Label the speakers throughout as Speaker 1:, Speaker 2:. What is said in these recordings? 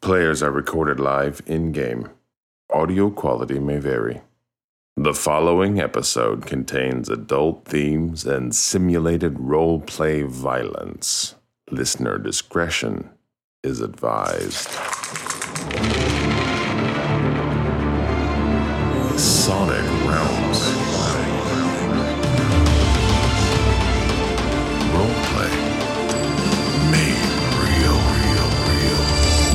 Speaker 1: Players are recorded live in game. Audio quality may vary. The following episode contains adult themes and simulated role play violence. Listener discretion is advised. Sonic Realms. Roleplay. Made real, real, real.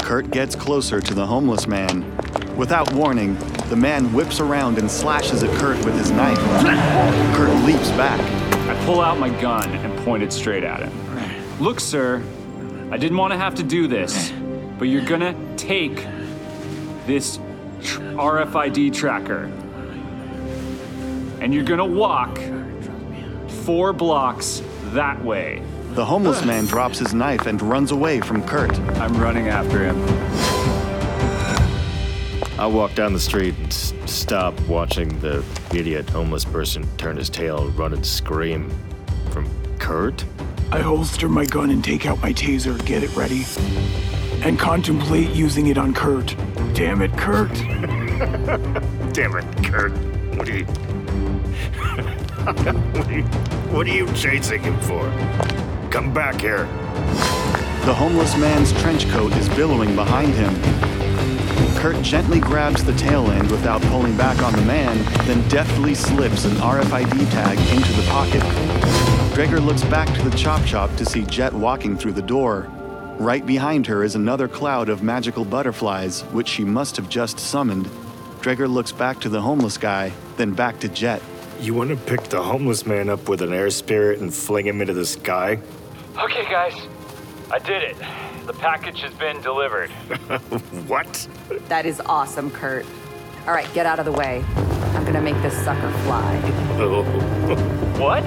Speaker 2: Kurt gets closer to the homeless man. Without warning, the man whips around and slashes at Kurt with his knife. Kurt leaps back.
Speaker 3: I pull out my gun and point it straight at him. Look, sir, I didn't want to have to do this, but you're gonna take this tr- RFID tracker and you're gonna walk four blocks that way.
Speaker 2: The homeless man drops his knife and runs away from Kurt.
Speaker 3: I'm running after him.
Speaker 4: I walk down the street and s- stop watching the idiot homeless person turn his tail, run and scream. From Kurt?
Speaker 5: I holster my gun and take out my taser, get it ready, and contemplate using it on Kurt. Damn it, Kurt.
Speaker 4: Damn it, Kurt. What are you. what, are you what are you chasing him for? Come back here.
Speaker 2: The homeless man's trench coat is billowing behind him. Kurt gently grabs the tail end without pulling back on the man, then deftly slips an RFID tag into the pocket. Gregor looks back to the chop shop to see Jet walking through the door. Right behind her is another cloud of magical butterflies, which she must have just summoned. Gregor looks back to the homeless guy, then back to Jet.
Speaker 4: You want to pick the homeless man up with an air spirit and fling him into the sky?
Speaker 3: Okay, guys, I did it. The package has been delivered.
Speaker 4: What?
Speaker 6: That is awesome, Kurt. All right, get out of the way. I'm gonna make this sucker fly.
Speaker 3: What?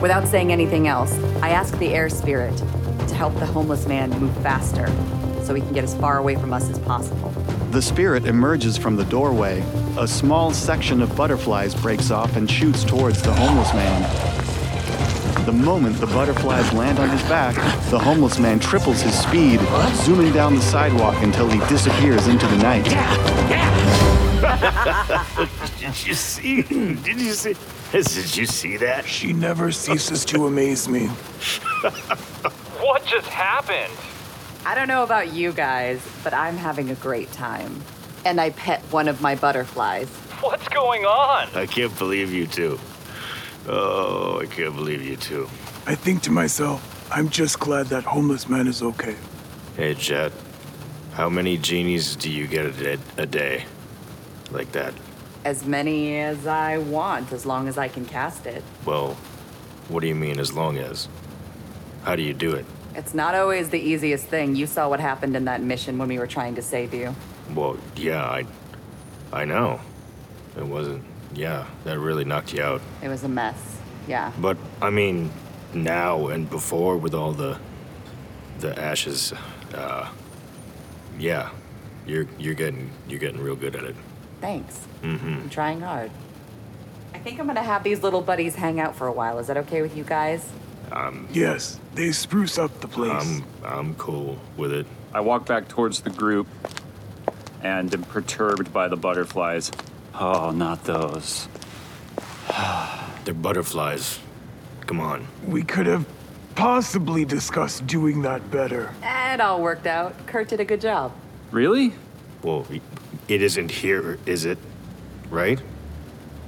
Speaker 6: Without saying anything else, I ask the air spirit to help the homeless man move faster so he can get as far away from us as possible.
Speaker 2: The spirit emerges from the doorway. A small section of butterflies breaks off and shoots towards the homeless man. The moment the butterflies land on his back, the homeless man triples his speed, zooming down the sidewalk until he disappears into the night.
Speaker 4: Did you see? Did you see? Did you see that?
Speaker 5: She never ceases to amaze me.
Speaker 3: What just happened?
Speaker 6: I don't know about you guys, but I'm having a great time. And I pet one of my butterflies.
Speaker 3: What's going on?
Speaker 4: I can't believe you two. Oh, I can't believe you two.
Speaker 5: I think to myself, I'm just glad that homeless man is okay.
Speaker 4: Hey, Jet. How many genies do you get a, da- a day? Like that.
Speaker 6: As many as I want, as long as I can cast it.
Speaker 4: Well, what do you mean as long as? How do you do it?
Speaker 6: It's not always the easiest thing. You saw what happened in that mission when we were trying to save you.
Speaker 4: Well, yeah, I. I know. It wasn't. Yeah, that really knocked you out.
Speaker 6: It was a mess. Yeah.
Speaker 4: But, I mean, now and before with all the. the ashes, uh. Yeah. You're, you're getting you're getting real good at it.
Speaker 6: Thanks. I'm trying hard. I think I'm gonna have these little buddies hang out for a while. Is that okay with you guys?
Speaker 5: Yes, they spruce up the place.
Speaker 4: I'm I'm cool with it.
Speaker 3: I walk back towards the group and am perturbed by the butterflies. Oh, not those.
Speaker 4: They're butterflies. Come on.
Speaker 5: we could have possibly discussed doing that better.
Speaker 6: Eh, It all worked out. Kurt did a good job.
Speaker 3: Really?
Speaker 4: Well, it isn't here, is it? Right?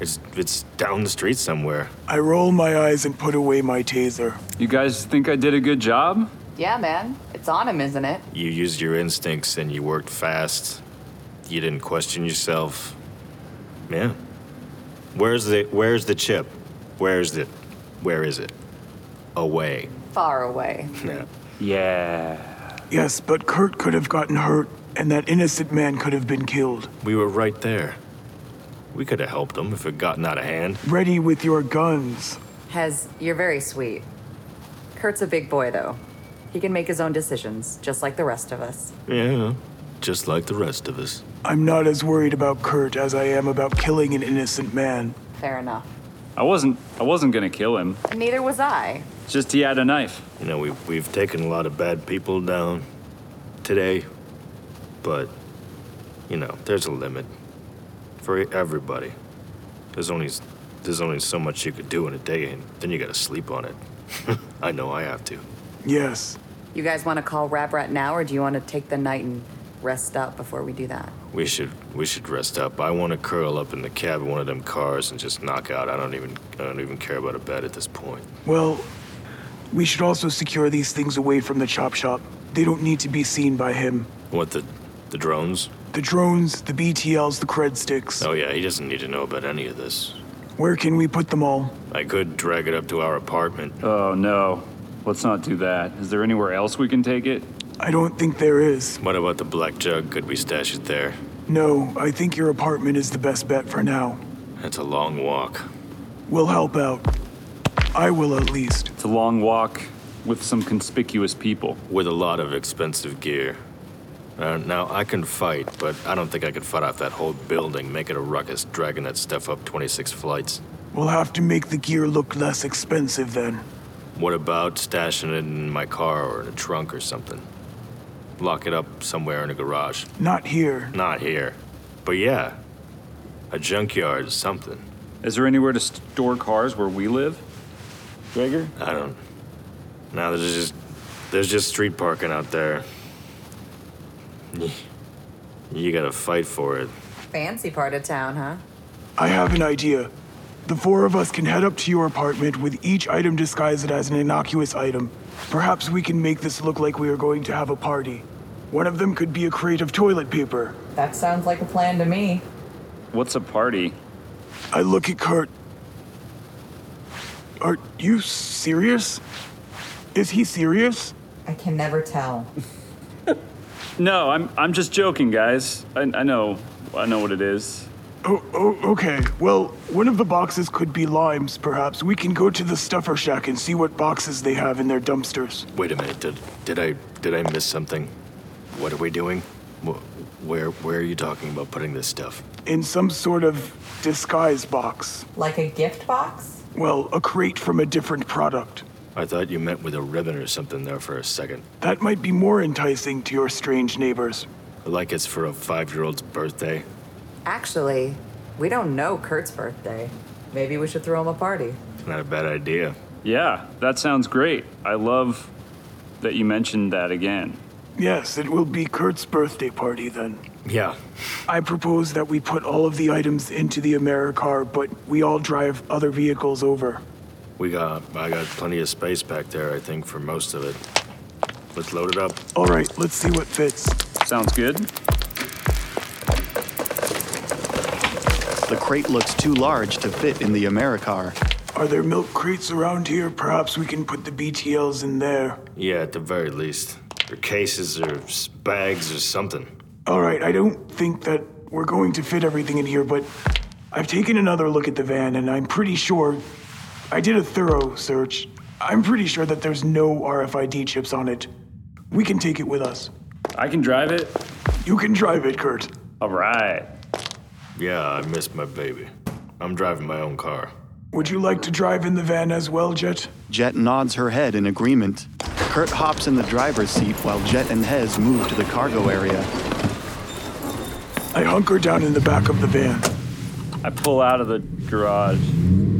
Speaker 4: It's it's down the street somewhere.
Speaker 5: I roll my eyes and put away my taser.
Speaker 3: You guys think I did a good job?
Speaker 6: Yeah, man. It's on him, isn't it?
Speaker 4: You used your instincts and you worked fast. You didn't question yourself. Yeah. Where's the where's the chip? Where's it? Where is it? Away.
Speaker 6: Far away.
Speaker 4: Yeah.
Speaker 3: Yeah.
Speaker 5: Yes, but Kurt could have gotten hurt, and that innocent man could have been killed.
Speaker 4: We were right there. We could have helped them if it gotten out of hand.
Speaker 5: Ready with your guns.
Speaker 6: Has you're very sweet. Kurt's a big boy though. He can make his own decisions, just like the rest of us.
Speaker 4: Yeah. Just like the rest of us.
Speaker 5: I'm not as worried about Kurt as I am about killing an innocent man.
Speaker 6: Fair enough.
Speaker 3: I wasn't I wasn't gonna kill him.
Speaker 6: Neither was I.
Speaker 3: It's just he had a knife.
Speaker 4: You know, we've, we've taken a lot of bad people down today, but, you know, there's a limit for everybody. There's only, s- there's only so much you could do in a day, and then you gotta sleep on it. I know I have to.
Speaker 5: Yes.
Speaker 6: You guys want to call Rab Rat now, or do you want to take the night and rest up before we do that?
Speaker 4: We should we should rest up. I want to curl up in the cab of one of them cars and just knock out. I don't even I don't even care about a bed at this point.
Speaker 5: Well, we should also secure these things away from the chop shop. They don't need to be seen by him.
Speaker 4: What the the drones?
Speaker 5: The drones, the BTLs, the cred sticks.
Speaker 4: Oh yeah, he doesn't need to know about any of this.
Speaker 5: Where can we put them all?
Speaker 4: I could drag it up to our apartment.
Speaker 3: Oh no. Let's not do that. Is there anywhere else we can take it?
Speaker 5: I don't think there is.
Speaker 4: What about the black jug? Could we stash it there?
Speaker 5: No, I think your apartment is the best bet for now.
Speaker 4: That's a long walk.
Speaker 5: We'll help out. I will at least.
Speaker 3: It's a long walk with some conspicuous people.
Speaker 4: with a lot of expensive gear. Uh, now, I can fight, but I don't think I could fight off that whole building, make it a ruckus, dragging that stuff up 26 flights.
Speaker 5: We'll have to make the gear look less expensive then.
Speaker 4: What about stashing it in my car or in a trunk or something? Lock it up somewhere in a garage.
Speaker 5: Not here.
Speaker 4: Not here. But yeah, a junkyard, something.
Speaker 3: Is there anywhere to store cars where we live? Gregor?
Speaker 4: I don't. Now there's just there's just street parking out there. You gotta fight for it.
Speaker 6: Fancy part of town, huh?
Speaker 5: I have an idea. The four of us can head up to your apartment with each item disguised as an innocuous item. Perhaps we can make this look like we are going to have a party. One of them could be a crate of toilet paper.
Speaker 6: That sounds like a plan to me.
Speaker 3: What's a party?
Speaker 5: I look at Kurt. Are you serious? Is he serious?
Speaker 6: I can never tell.
Speaker 3: No, I'm I'm just joking, guys. I, I know I know what it is.
Speaker 5: Oh, oh, okay. Well, one of the boxes could be limes, perhaps. We can go to the stuffer shack and see what boxes they have in their dumpsters.
Speaker 4: Wait a minute. Did, did I did I miss something? What are we doing? Wh- Where where are you talking about putting this stuff?
Speaker 5: In some sort of disguise box.
Speaker 6: Like a gift box?
Speaker 5: Well, a crate from a different product.
Speaker 4: I thought you meant with a ribbon or something there for a second,
Speaker 5: That might be more enticing to your strange neighbors.
Speaker 4: like it's for a five-year-old's birthday.
Speaker 6: Actually, we don't know Kurt's birthday. Maybe we should throw him a party.
Speaker 4: Not a bad idea.
Speaker 3: Yeah, that sounds great. I love that you mentioned that again.
Speaker 5: Yes, it will be Kurt's birthday party then.
Speaker 4: Yeah.
Speaker 5: I propose that we put all of the items into the AmeriCar, but we all drive other vehicles over.
Speaker 4: We got I got plenty of space back there. I think for most of it. Let's load it up.
Speaker 5: All right, let's see what fits.
Speaker 3: Sounds good?
Speaker 2: The crate looks too large to fit in the AmeriCar.
Speaker 5: Are there milk crates around here? Perhaps we can put the BTLs in there.
Speaker 4: Yeah, at the very least, or cases or s- bags or something.
Speaker 5: All right, I don't think that we're going to fit everything in here, but I've taken another look at the van and I'm pretty sure I did a thorough search. I'm pretty sure that there's no RFID chips on it. We can take it with us.
Speaker 3: I can drive it.
Speaker 5: You can drive it, Kurt.
Speaker 3: All right.
Speaker 4: Yeah, I missed my baby. I'm driving my own car.
Speaker 5: Would you like to drive in the van as well, Jet?
Speaker 2: Jet nods her head in agreement. Kurt hops in the driver's seat while Jet and Hez move to the cargo area.
Speaker 5: I hunker down in the back of the van.
Speaker 3: I pull out of the garage.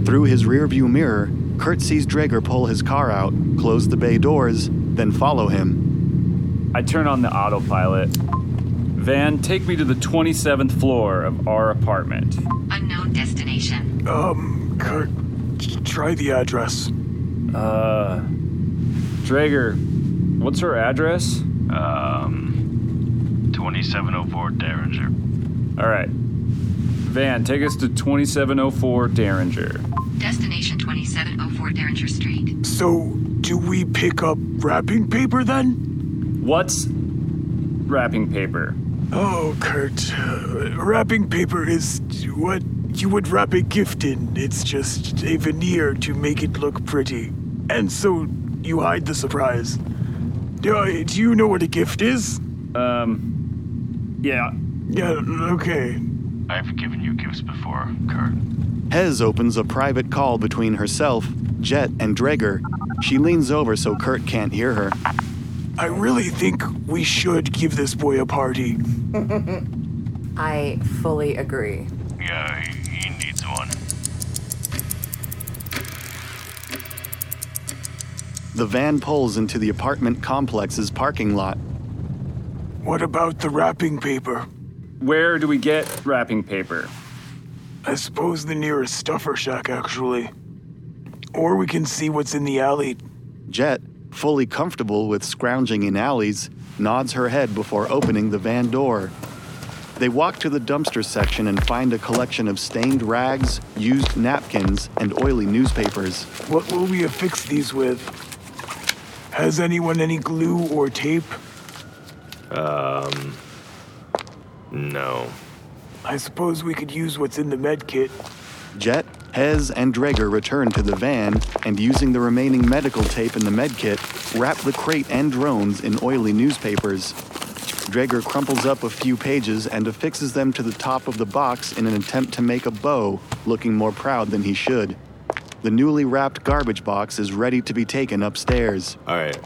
Speaker 2: Through his rearview mirror, Kurt sees Drager pull his car out, close the bay doors, then follow him.
Speaker 3: I turn on the autopilot. Van, take me to the 27th floor of our apartment.
Speaker 7: Unknown destination.
Speaker 5: Kurt, t- try the address.
Speaker 3: Drager, Uh, what's her address?
Speaker 4: 2704 Derringer.
Speaker 3: All right. Van, take us to 2704 Derringer.
Speaker 7: Destination 2704 Derringer Street.
Speaker 5: So, do we pick up wrapping paper then?
Speaker 3: What's wrapping paper?
Speaker 5: Oh, Kurt, uh, wrapping paper is what you would wrap a gift in. It's just a veneer to make it look pretty. And so you hide the surprise. Uh, do you know what a gift is?
Speaker 3: Yeah,
Speaker 5: Yeah, okay.
Speaker 4: I've given you gifts before, Kurt.
Speaker 2: Hez opens a private call between herself, Jet, and Drager, she leans over so Kurt can't hear her.
Speaker 5: I really think we should give this boy a party.
Speaker 6: I fully agree.
Speaker 8: Yeah, he, he needs one.
Speaker 2: The van pulls into the apartment complex's parking lot.
Speaker 5: What about the wrapping paper?
Speaker 3: Where do we get wrapping paper?
Speaker 5: I suppose the nearest stuffer shack, actually. Or we can see what's in the alley.
Speaker 2: Jet, fully comfortable with scrounging in alleys, nods her head before opening the van door. They walk to the dumpster section and find a collection of stained rags, used napkins, and oily newspapers.
Speaker 5: What will we affix these with? Has anyone any glue or tape?
Speaker 4: No.
Speaker 5: I suppose we could use what's in the med kit.
Speaker 2: Jet, Hez, and Drager return to the van and, using the remaining medical tape in the medkit, wrap the crate and drones in oily newspapers. Drager crumples up a few pages and affixes them to the top of the box in an attempt to make a bow, looking more proud than he should. The newly wrapped garbage box is ready to be taken upstairs.
Speaker 4: All right.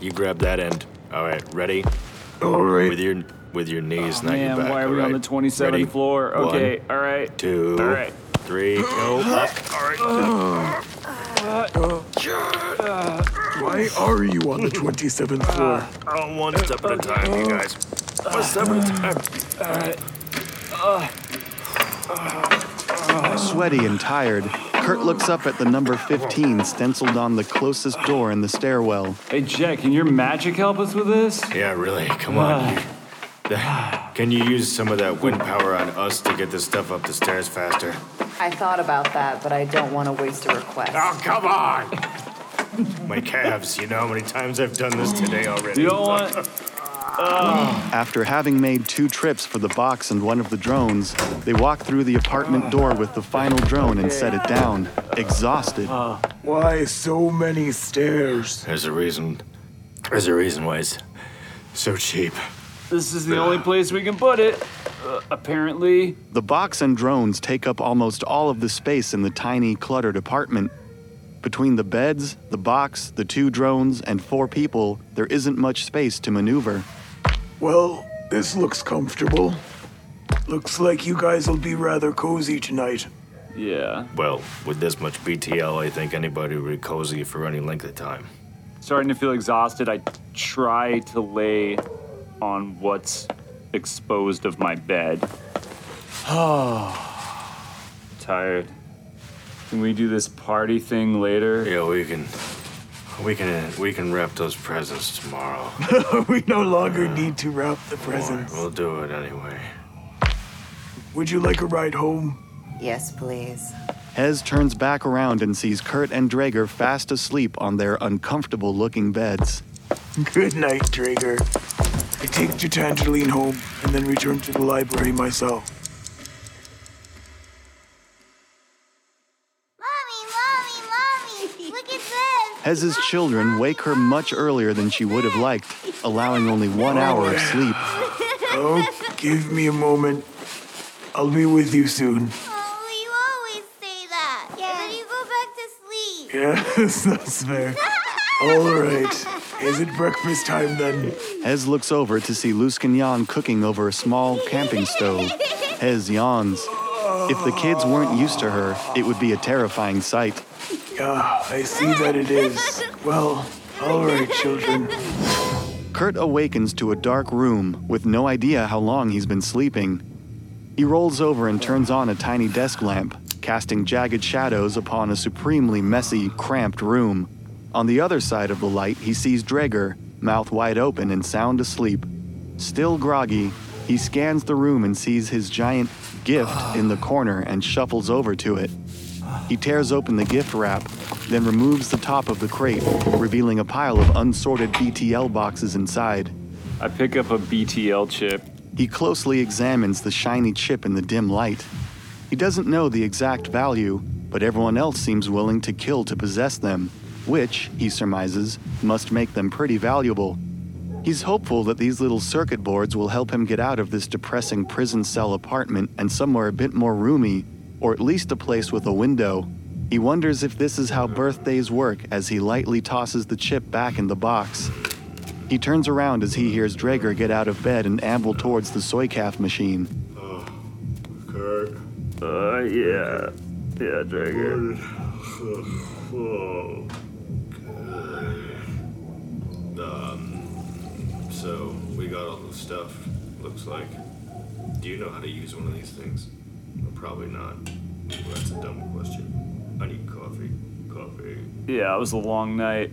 Speaker 4: You grab that end. All right. Ready?
Speaker 5: All right.
Speaker 4: With your with your knees, not
Speaker 3: Man,
Speaker 4: your back.
Speaker 3: why are
Speaker 4: all
Speaker 3: we on the
Speaker 4: right.
Speaker 3: 27th
Speaker 4: Ready?
Speaker 3: floor? Okay,
Speaker 4: One,
Speaker 3: all right.
Speaker 4: two,
Speaker 3: All right.
Speaker 4: three, go. Up.
Speaker 5: Why are you on the 27th floor?
Speaker 8: Oh, one step at a time, you guys. One step at a time.
Speaker 2: Sweaty and tired, Kurt looks up at the number 15 stenciled on the closest door in the stairwell.
Speaker 3: Hey, Jet, can your magic help us with this?
Speaker 4: Yeah, really. Come on. you- Can you use some of that wind power on us to get this stuff up the stairs faster?
Speaker 6: I thought about that, but I don't want to waste a request.
Speaker 9: Ah!
Speaker 4: Oh, come on! My calves, you know how many times I've done this today already.
Speaker 3: You don't want.
Speaker 2: After having made two trips for the box and one of the drones, they walk through the apartment door with the final drone and set it down, exhausted.
Speaker 5: Why so many stairs?
Speaker 4: There's a reason. There's a reason why it's so cheap.
Speaker 3: This is the only place we can put it. Uh, apparently.
Speaker 2: The box and drones take up almost all of the space in the tiny, cluttered apartment. Between the beds, the box, the two drones, and four people, there isn't much space to maneuver.
Speaker 5: Well, this looks comfortable. Looks like you guys will be rather cozy tonight.
Speaker 3: Yeah.
Speaker 4: Well, with this much BTL, I think anybody would be cozy for any length of time.
Speaker 3: Starting to feel exhausted. I try to lay on what's exposed of my bed. Tired. Can we do this party thing later?
Speaker 4: Yeah, we can, we can, we can wrap those presents tomorrow.
Speaker 5: we no longer need to wrap the presents.
Speaker 4: We'll do it anyway.
Speaker 5: Would you like a ride home?
Speaker 6: Yes, please.
Speaker 2: Hez turns back around and sees Kurt and Drager fast asleep on their uncomfortable looking beds.
Speaker 5: Good night, Drager. I take the Tangerine home and then return to the library myself.
Speaker 10: Mommy, mommy, mommy! Look at this!
Speaker 2: Hez's children wake her much earlier than she would have liked, allowing only one hour of sleep.
Speaker 5: Oh, give me a moment. I'll be with you soon.
Speaker 10: Oh, you always say that. Yeah. Then you go back to
Speaker 5: Yes,
Speaker 10: sleep.
Speaker 5: that's fair. All right. Is it breakfast time then?
Speaker 2: Hez looks over to see Luz Canyon cooking over a small camping stove. Hez yawns. If the kids weren't used to her, it would be a terrifying sight.
Speaker 5: Yeah, I see that it is. Well, all right, children.
Speaker 2: Kurt awakens to a dark room with no idea how long he's been sleeping. He rolls over and turns on a tiny desk lamp, casting jagged shadows upon a supremely messy, cramped room. On the other side of the light, he sees Drager, mouth wide open and sound asleep. Still groggy, he scans the room and sees his giant gift in the corner and shuffles over to it. He tears open the gift wrap, then removes the top of the crate, revealing a pile of unsorted BTL boxes inside.
Speaker 3: I pick up a BTL chip.
Speaker 2: He closely examines the shiny chip in the dim light. He doesn't know the exact value, but everyone else seems willing to kill to possess them, which, he surmises, must make them pretty valuable. He's hopeful that these little circuit boards will help him get out of this depressing prison cell apartment and somewhere a bit more roomy, or at least a place with a window. He wonders if this is how birthdays work as he lightly tosses the chip back in the box. He turns around as he hears Drager get out of bed and amble towards the soy calf machine.
Speaker 8: Kurt.
Speaker 5: Uh, yeah. Yeah, Drager.
Speaker 8: Oh, God. Um, so we got all the stuff. Looks like. Do you know how to use one of these things? Well, probably not. Well, that's a dumb question. I need coffee. Coffee.
Speaker 3: Yeah, it was a long night.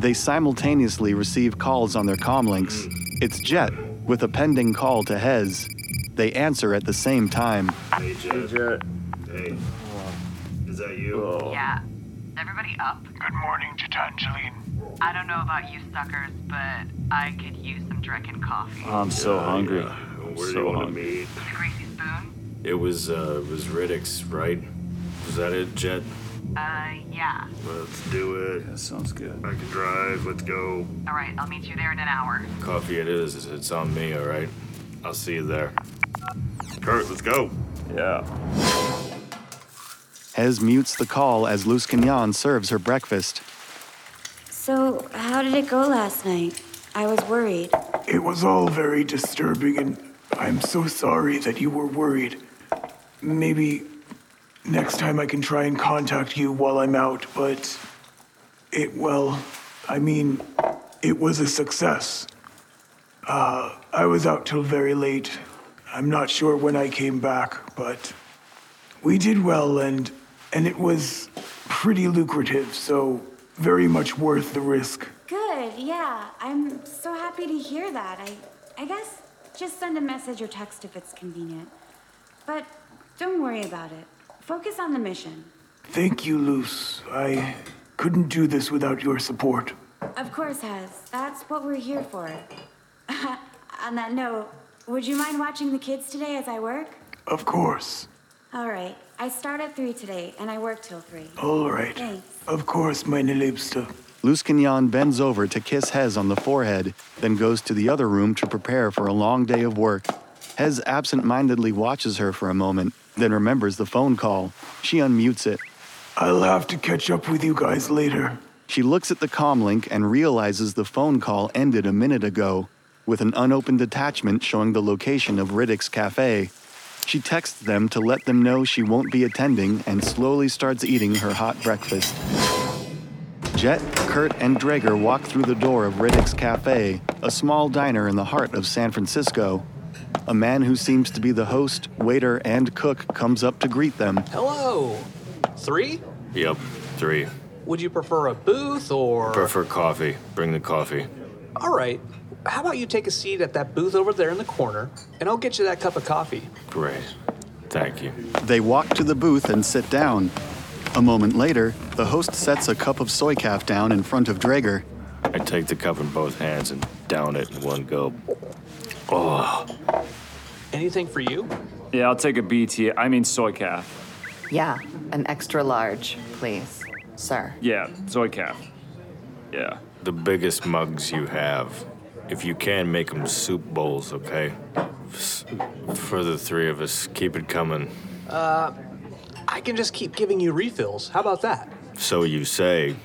Speaker 2: They simultaneously receive calls on their comlinks. It's Jet, with a pending call to Hez. They answer at the same time.
Speaker 8: Hey, Jet. Hey. Is that you?
Speaker 11: Yeah. Is everybody up?
Speaker 5: Good morning, Gitangeline.
Speaker 11: I don't know about you suckers, but I could use some Drekken coffee.
Speaker 9: Ah.
Speaker 3: I'm so hungry.
Speaker 8: Where
Speaker 3: I'm
Speaker 8: do you
Speaker 3: so
Speaker 8: want to
Speaker 3: hungry.
Speaker 8: meet?
Speaker 11: the Greasy Spoon?
Speaker 4: It was uh, it was Riddick's, right? Was that it, Jet?
Speaker 11: Uh, yeah.
Speaker 8: Let's do it.
Speaker 3: That sounds good.
Speaker 8: I can drive. Let's go.
Speaker 11: All right, I'll meet you there in an hour.
Speaker 4: Coffee, it is. It's on me, all right. I'll see you there.
Speaker 8: Kurt, let's go.
Speaker 3: Yeah.
Speaker 2: Hez mutes the call as Luz Canon serves her breakfast.
Speaker 10: So, how did it go last night? I was worried.
Speaker 5: It was all very disturbing, and I'm so sorry that you were worried. Maybe next time I can try and contact you while I'm out, but it, well, I mean, it was a success. Uh, I was out till very late. I'm not sure when I came back, but we did well, and and it was pretty lucrative, so very much worth the risk.
Speaker 10: Good, yeah. I'm so happy to hear that. I, I guess just send a message or text if it's convenient. But don't worry about it. Focus on the mission.
Speaker 5: Thank you, Luce. I couldn't do this without your support.
Speaker 10: Of course, Hez. That's what we're here for. on that note, would you mind watching the kids today as I work?
Speaker 5: Of course.
Speaker 10: All right. I start at 3 today, and I work till 3.
Speaker 5: All right.
Speaker 10: Thanks.
Speaker 5: Of course, meine Liebste.
Speaker 2: Luz Canon bends over to kiss Hez on the forehead, then goes to the other room to prepare for a long day of work. Hez absent-mindedly watches her for a moment, then remembers the phone call. She unmutes it.
Speaker 5: I'll have to catch up with you guys later.
Speaker 2: She looks at the comlink and realizes the phone call ended a minute ago, with an unopened attachment showing the location of Riddick's cafe. She texts them to let them know she won't be attending and slowly starts eating her hot breakfast. Jet, Kurt, and Drager walk through the door of Riddick's Cafe, a small diner in the heart of San Francisco. A man who seems to be the host, waiter, and cook comes up to greet them.
Speaker 9: Hello. Three?
Speaker 4: Yep. Three.
Speaker 9: Would you prefer a booth or.
Speaker 4: Prefer coffee. Bring the coffee.
Speaker 9: All right. How about you take a seat at that booth over there in the corner, and I'll get you that cup of coffee.
Speaker 4: Great. Thank you.
Speaker 2: They walk to the booth and sit down. A moment later, the host sets a cup of soy calf down in front of Drager.
Speaker 4: I take the cup in both hands and down it in one gulp.
Speaker 9: Anything for you?
Speaker 3: Yeah, I'll take a BT. I mean soy calf.
Speaker 6: Yeah, an extra large, please, sir.
Speaker 3: Yeah, soy calf. Yeah.
Speaker 4: The biggest mugs you have. If you can, make them soup bowls, okay? S- For the three of us, keep it coming.
Speaker 9: I can just keep giving you refills. How about that?
Speaker 4: So you say.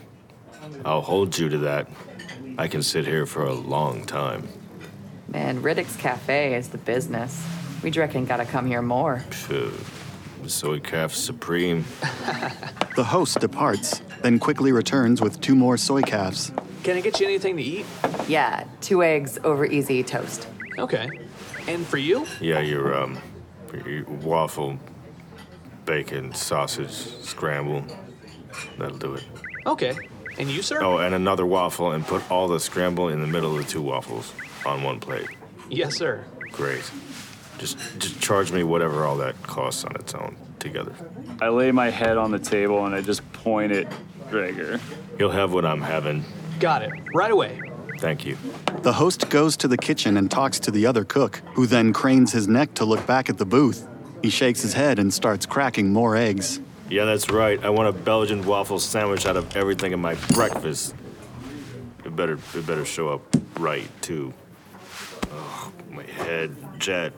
Speaker 4: I'll hold you to that. I can sit here for a long time.
Speaker 6: Man, Riddick's Cafe is the business. We reckon gotta come here more.
Speaker 4: Phew. Soy calf supreme.
Speaker 2: The host departs, then quickly returns with two more soy calves.
Speaker 9: Can I get you anything to eat?
Speaker 6: Yeah, two eggs over easy toast.
Speaker 9: Okay. And for you?
Speaker 4: Yeah, your um, your waffle, bacon, sausage, scramble. That'll do it.
Speaker 9: Okay. And you, sir?
Speaker 4: Oh, and another waffle, and put all the scramble in the middle of the two waffles on one plate.
Speaker 9: Yes, sir.
Speaker 4: Great. Just, just charge me whatever all that costs on its own together.
Speaker 3: I lay my head on the table and I just point at Drager.
Speaker 4: You'll have what I'm having.
Speaker 9: Got it. Right away.
Speaker 4: Thank you.
Speaker 2: The host goes to the kitchen and talks to the other cook, who then cranes his neck to look back at the booth. He shakes his head and starts cracking more eggs.
Speaker 4: Yeah, that's right. I want a Belgian waffle sandwich out of everything in my breakfast. It better, it better show up right too. Oh, my head, Jet.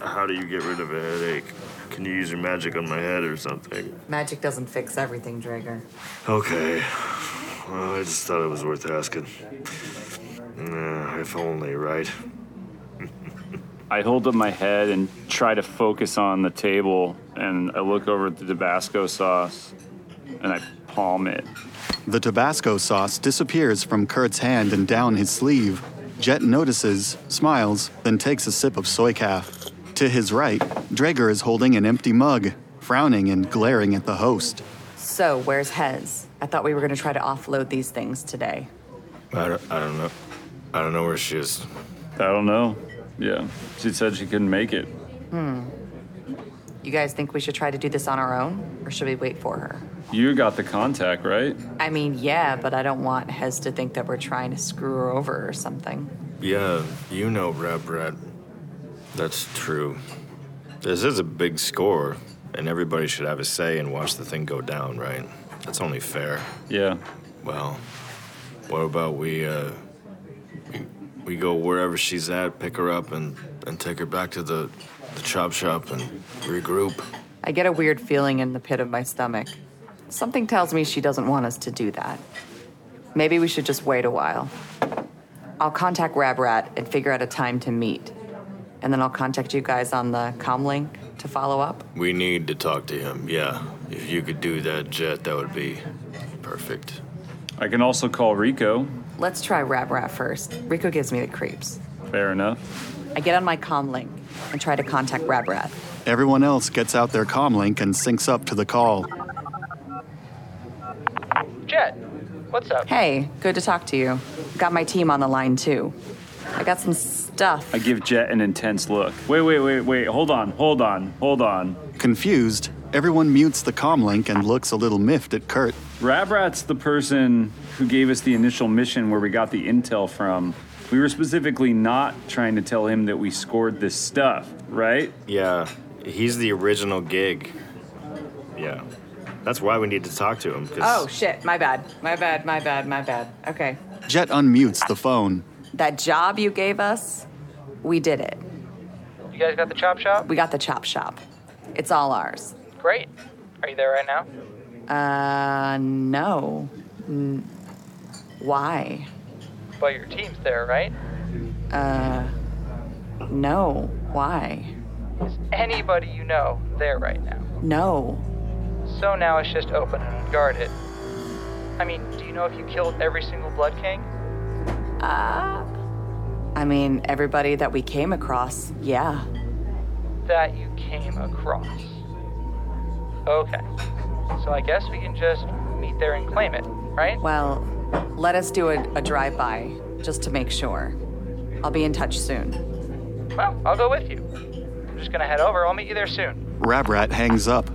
Speaker 4: How do you get rid of a headache?
Speaker 8: Can you use your magic on my head or something?
Speaker 6: Magic doesn't fix everything, Drager.
Speaker 8: Okay. Well, I just thought it was worth asking. Nah, if only, right?
Speaker 3: I hold up my head and try to focus on the table, and I look over at the Tabasco sauce, and I palm it.
Speaker 2: The Tabasco sauce disappears from Kurt's hand and down his sleeve. Jet notices, smiles, then takes a sip of soy calf. To his right, Drager is holding an empty mug, frowning and glaring at the host.
Speaker 6: So, where's Hez? I thought we were going to try to offload these things today.
Speaker 4: I don't, I don't know. I don't know where she is.
Speaker 3: I don't know. Yeah, she said she couldn't make it.
Speaker 6: Hmm. You guys think we should try to do this on our own, or should we wait for her?
Speaker 3: You got the contact, right?
Speaker 6: I mean, yeah, but I don't want Hez to think that we're trying to screw her over or something.
Speaker 4: Yeah, you know Rap Rat. That's true. This is a big score, and everybody should have a say and watch the thing go down, right? That's only fair.
Speaker 3: Yeah.
Speaker 4: Well, what about we, uh, we, we go wherever she's at, pick her up, and, and take her back to the, the chop shop and regroup?
Speaker 6: I get a weird feeling in the pit of my stomach. Something tells me she doesn't want us to do that. Maybe we should just wait a while. I'll contact Rabrat and figure out a time to meet. And then I'll contact you guys on the comlink to follow up.
Speaker 4: We need to talk to him, yeah. If you could do that, Jet, that would be perfect.
Speaker 3: I can also call Rico.
Speaker 6: Let's try Rabrat first. Rico gives me the creeps.
Speaker 3: Fair enough.
Speaker 6: I get on my comlink and try to contact Rabrat.
Speaker 2: Everyone else gets out their comlink and syncs up to the call.
Speaker 9: Jet, what's up?
Speaker 6: Hey, good to talk to you. Got my team on the line too. I got some stuff.
Speaker 3: I give Jet an intense look. Wait, wait, wait, wait. Hold on, hold on, hold on.
Speaker 2: Confused, everyone mutes the comlink and looks a little miffed at Kurt.
Speaker 3: Rabrat's the person who gave us the initial mission where we got the intel from. We were specifically not trying to tell him that we scored this stuff, right?
Speaker 4: Yeah, he's the original gig. Yeah. That's why we need to talk to him. 'cause-
Speaker 6: Oh shit, my bad. My bad, my bad, my bad. Okay.
Speaker 2: Jet unmutes the phone.
Speaker 6: That job you gave us, we did it.
Speaker 9: You guys got the chop shop?
Speaker 6: We got the chop shop. It's all ours.
Speaker 9: Great. Are you there right now?
Speaker 6: Uh, no. N- why?
Speaker 9: Well, your team's there, right?
Speaker 6: Uh, no. Why?
Speaker 9: Is anybody you know there right now?
Speaker 6: No.
Speaker 9: So now it's just open and guarded. I mean, do you know if you killed every single Blood King?
Speaker 6: Uh, I mean, everybody that we came across, yeah.
Speaker 9: That you came across. Okay. So I guess we can just meet there and claim it, right?
Speaker 6: Well, let us do a, a drive by just to make sure. I'll be in touch soon.
Speaker 9: Well, I'll go with you. I'm just gonna head over. I'll meet you there soon.
Speaker 2: Rabrat hangs up.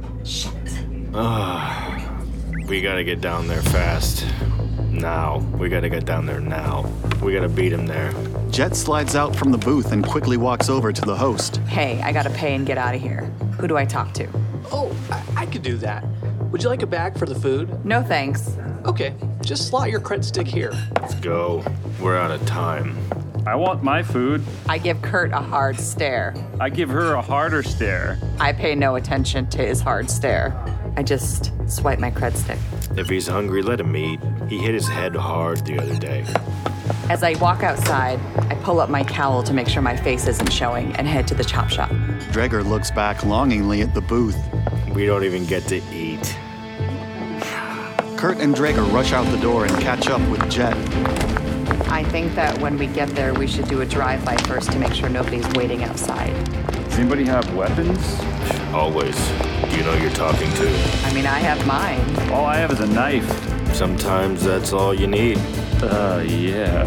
Speaker 4: Ah, we gotta get down there fast. Now. We gotta get down there now. We gotta beat him there.
Speaker 2: Jet slides out from the booth and quickly walks over to the host.
Speaker 6: Hey, I gotta pay and get out of here. Who do I talk to?
Speaker 9: Oh, I, I could do that. Would you like a bag for the food?
Speaker 6: No thanks.
Speaker 9: Okay, just slot your cred stick here.
Speaker 4: Let's go. We're out of time.
Speaker 3: I want my food.
Speaker 6: I give Kurt a hard stare.
Speaker 3: I give her a harder stare.
Speaker 6: I pay no attention to his hard stare. I just swipe my cred stick.
Speaker 4: If he's hungry, let him eat. He hit his head hard the other day.
Speaker 6: As I walk outside, I pull up my cowl to make sure my face isn't showing and head to the chop shop.
Speaker 2: Dreger looks back longingly at the booth.
Speaker 4: We don't even get to eat.
Speaker 2: Kurt and Drager rush out the door and catch up with Jet.
Speaker 6: I think that when we get there, we should do a drive by first to make sure nobody's waiting outside.
Speaker 3: Does anybody have weapons?
Speaker 4: Always. You know you're talking to.
Speaker 6: I mean, I have mine.
Speaker 3: All I have is a knife.
Speaker 4: Sometimes that's all you need.
Speaker 3: Uh, yeah.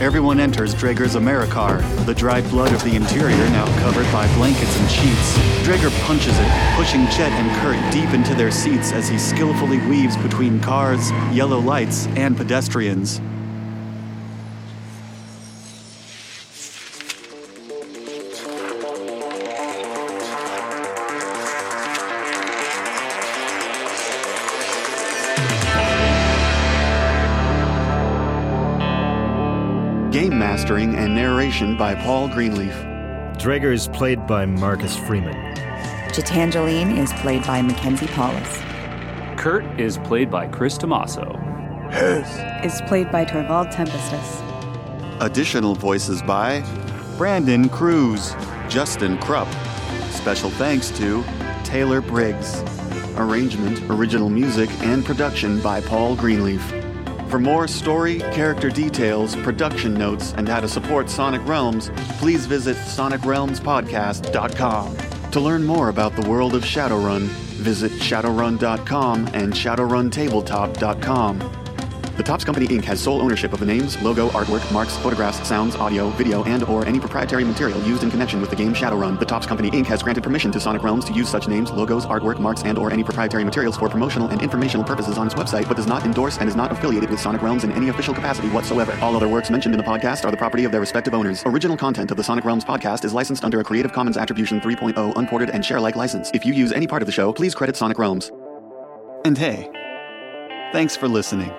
Speaker 2: Everyone enters Drager's AmeriCar, the dry blood of the interior now covered by blankets and sheets. Drager punches it, pushing Chet and Kurt deep into their seats as he skillfully weaves between cars, yellow lights, and pedestrians. Game mastering and narration by Paul Greenleaf.
Speaker 12: Drager is played by Marcus Freeman. Jitangeline is played by Mackenzie Paulus.
Speaker 3: Kurt is played by Chris Tomaso.
Speaker 13: Is played by Torvald Tempestus.
Speaker 2: Additional voices by Brandon Cruz, Justin Krupp. Special thanks to Taylor Briggs. Arrangement, original music, and production by Paul Greenleaf. For more story, character details, production notes, and how to support Sonic Realms, please visit sonicrealmspodcast.com. To learn more about the world of Shadowrun, visit shadowrun.com and shadowruntabletop.com. The Tops Company Inc. has sole ownership of the names, logo, artwork, marks, photographs, sounds, audio, video, and/or any proprietary material used in connection with the game Shadowrun. The Tops Company Inc. has granted permission to Sonic Realms to use such names, logos, artwork, marks, and/or any proprietary materials for promotional and informational purposes on its website, but does not endorse and is not affiliated with Sonic Realms in any official capacity whatsoever. All other works mentioned in the podcast are the property of their respective owners. Original content of the Sonic Realms podcast is licensed under a Creative Commons Attribution 3.0 Unported and Share-like license. If you use any part of the show, please credit Sonic Realms. And hey, thanks for listening.